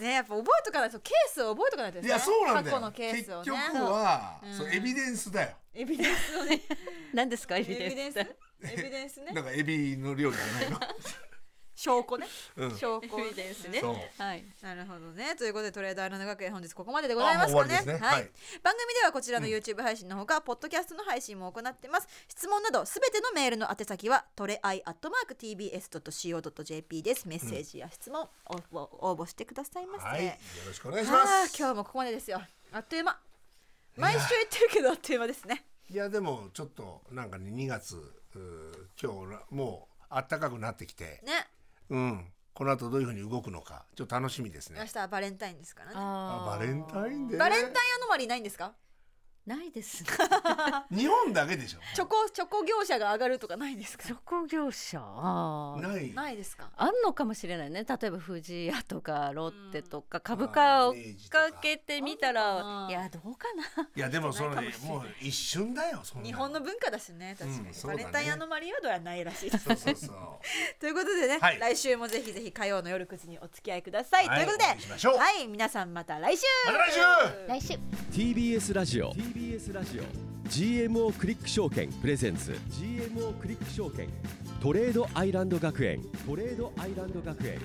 C: ねやっぱ覚えとかないとケースを覚えとかないとです
B: い
C: ね
B: やそうなんだよ
C: 過去のケー
B: 結
C: スを
B: 局
C: ね
B: は、
C: うん
B: そうエビデンスだよ
C: エビデンスをね
D: 何ですかエ
C: エ
D: ビ
C: ビ
D: デ
C: デ
D: ン
C: ン
D: ス
C: ス？エビデンスね
B: なんかエビの料理じゃない
C: 証拠ね
B: の、うん、
C: 証拠
D: エビデンスね
B: そう。
D: はい。
C: なるほどねということでトレードアイランド学園本日ここまででございます
B: あも
C: か
B: う終わ
C: ね
B: りですね
C: は
B: はい
C: い、番組ではこちらの YouTube 配信のほか、ポッドキャストの配信も行ってます質問などすべてのメールの宛先はトレアイアットマーク TBS.CO.JP ですメッセージや質問、応募応募してくださいませ、
B: はいよろしくお願いしま
C: あー
B: す
C: 今日もここまでですよあっという間毎週言ってるけどあっという間ですね
B: いやでもちょっとなんかね2月うー今日らもう暖かくなってきて
C: ね
B: うんこの後どういうふうに動くのかちょっと楽しみです
C: 明
B: ね
C: 日はバレンタインですからね
D: あ
B: あバレンタインデー
C: バレンタインアノマリーないんですか
D: ないです。
B: 日本だけでしょ
C: チョコチョコ業者が上がるとかないんですか
D: 旅行業者。あー
B: ない
C: ないですか
D: あんのかもしれないね例えば富士屋とかロッテとか株
B: あ
D: 価
B: ー
D: を
B: 明治とか
D: かけてみた
C: あんのからない
D: やどうかない
B: やでもその
C: ないかもしれない
B: もう一瞬だよそんな
C: 日本の文化だしね確かに、
B: うんそうだね
C: バレンタインアノマリーはどうやらないらしいです
B: そうそう そう
C: ということでね、
B: はい
C: 来週もぜひぜひ火曜の夜9時にお付き合いください、
B: はい
C: というこ
B: お願いしましょ
C: と
B: う
C: ではい皆さんまた来週
B: また来週
D: 来週
A: TBS ラジオ TBS ラジオ GMO クリック証券プレゼンツ GMO クリック証券トレードアイランド学園トレードアイランド学園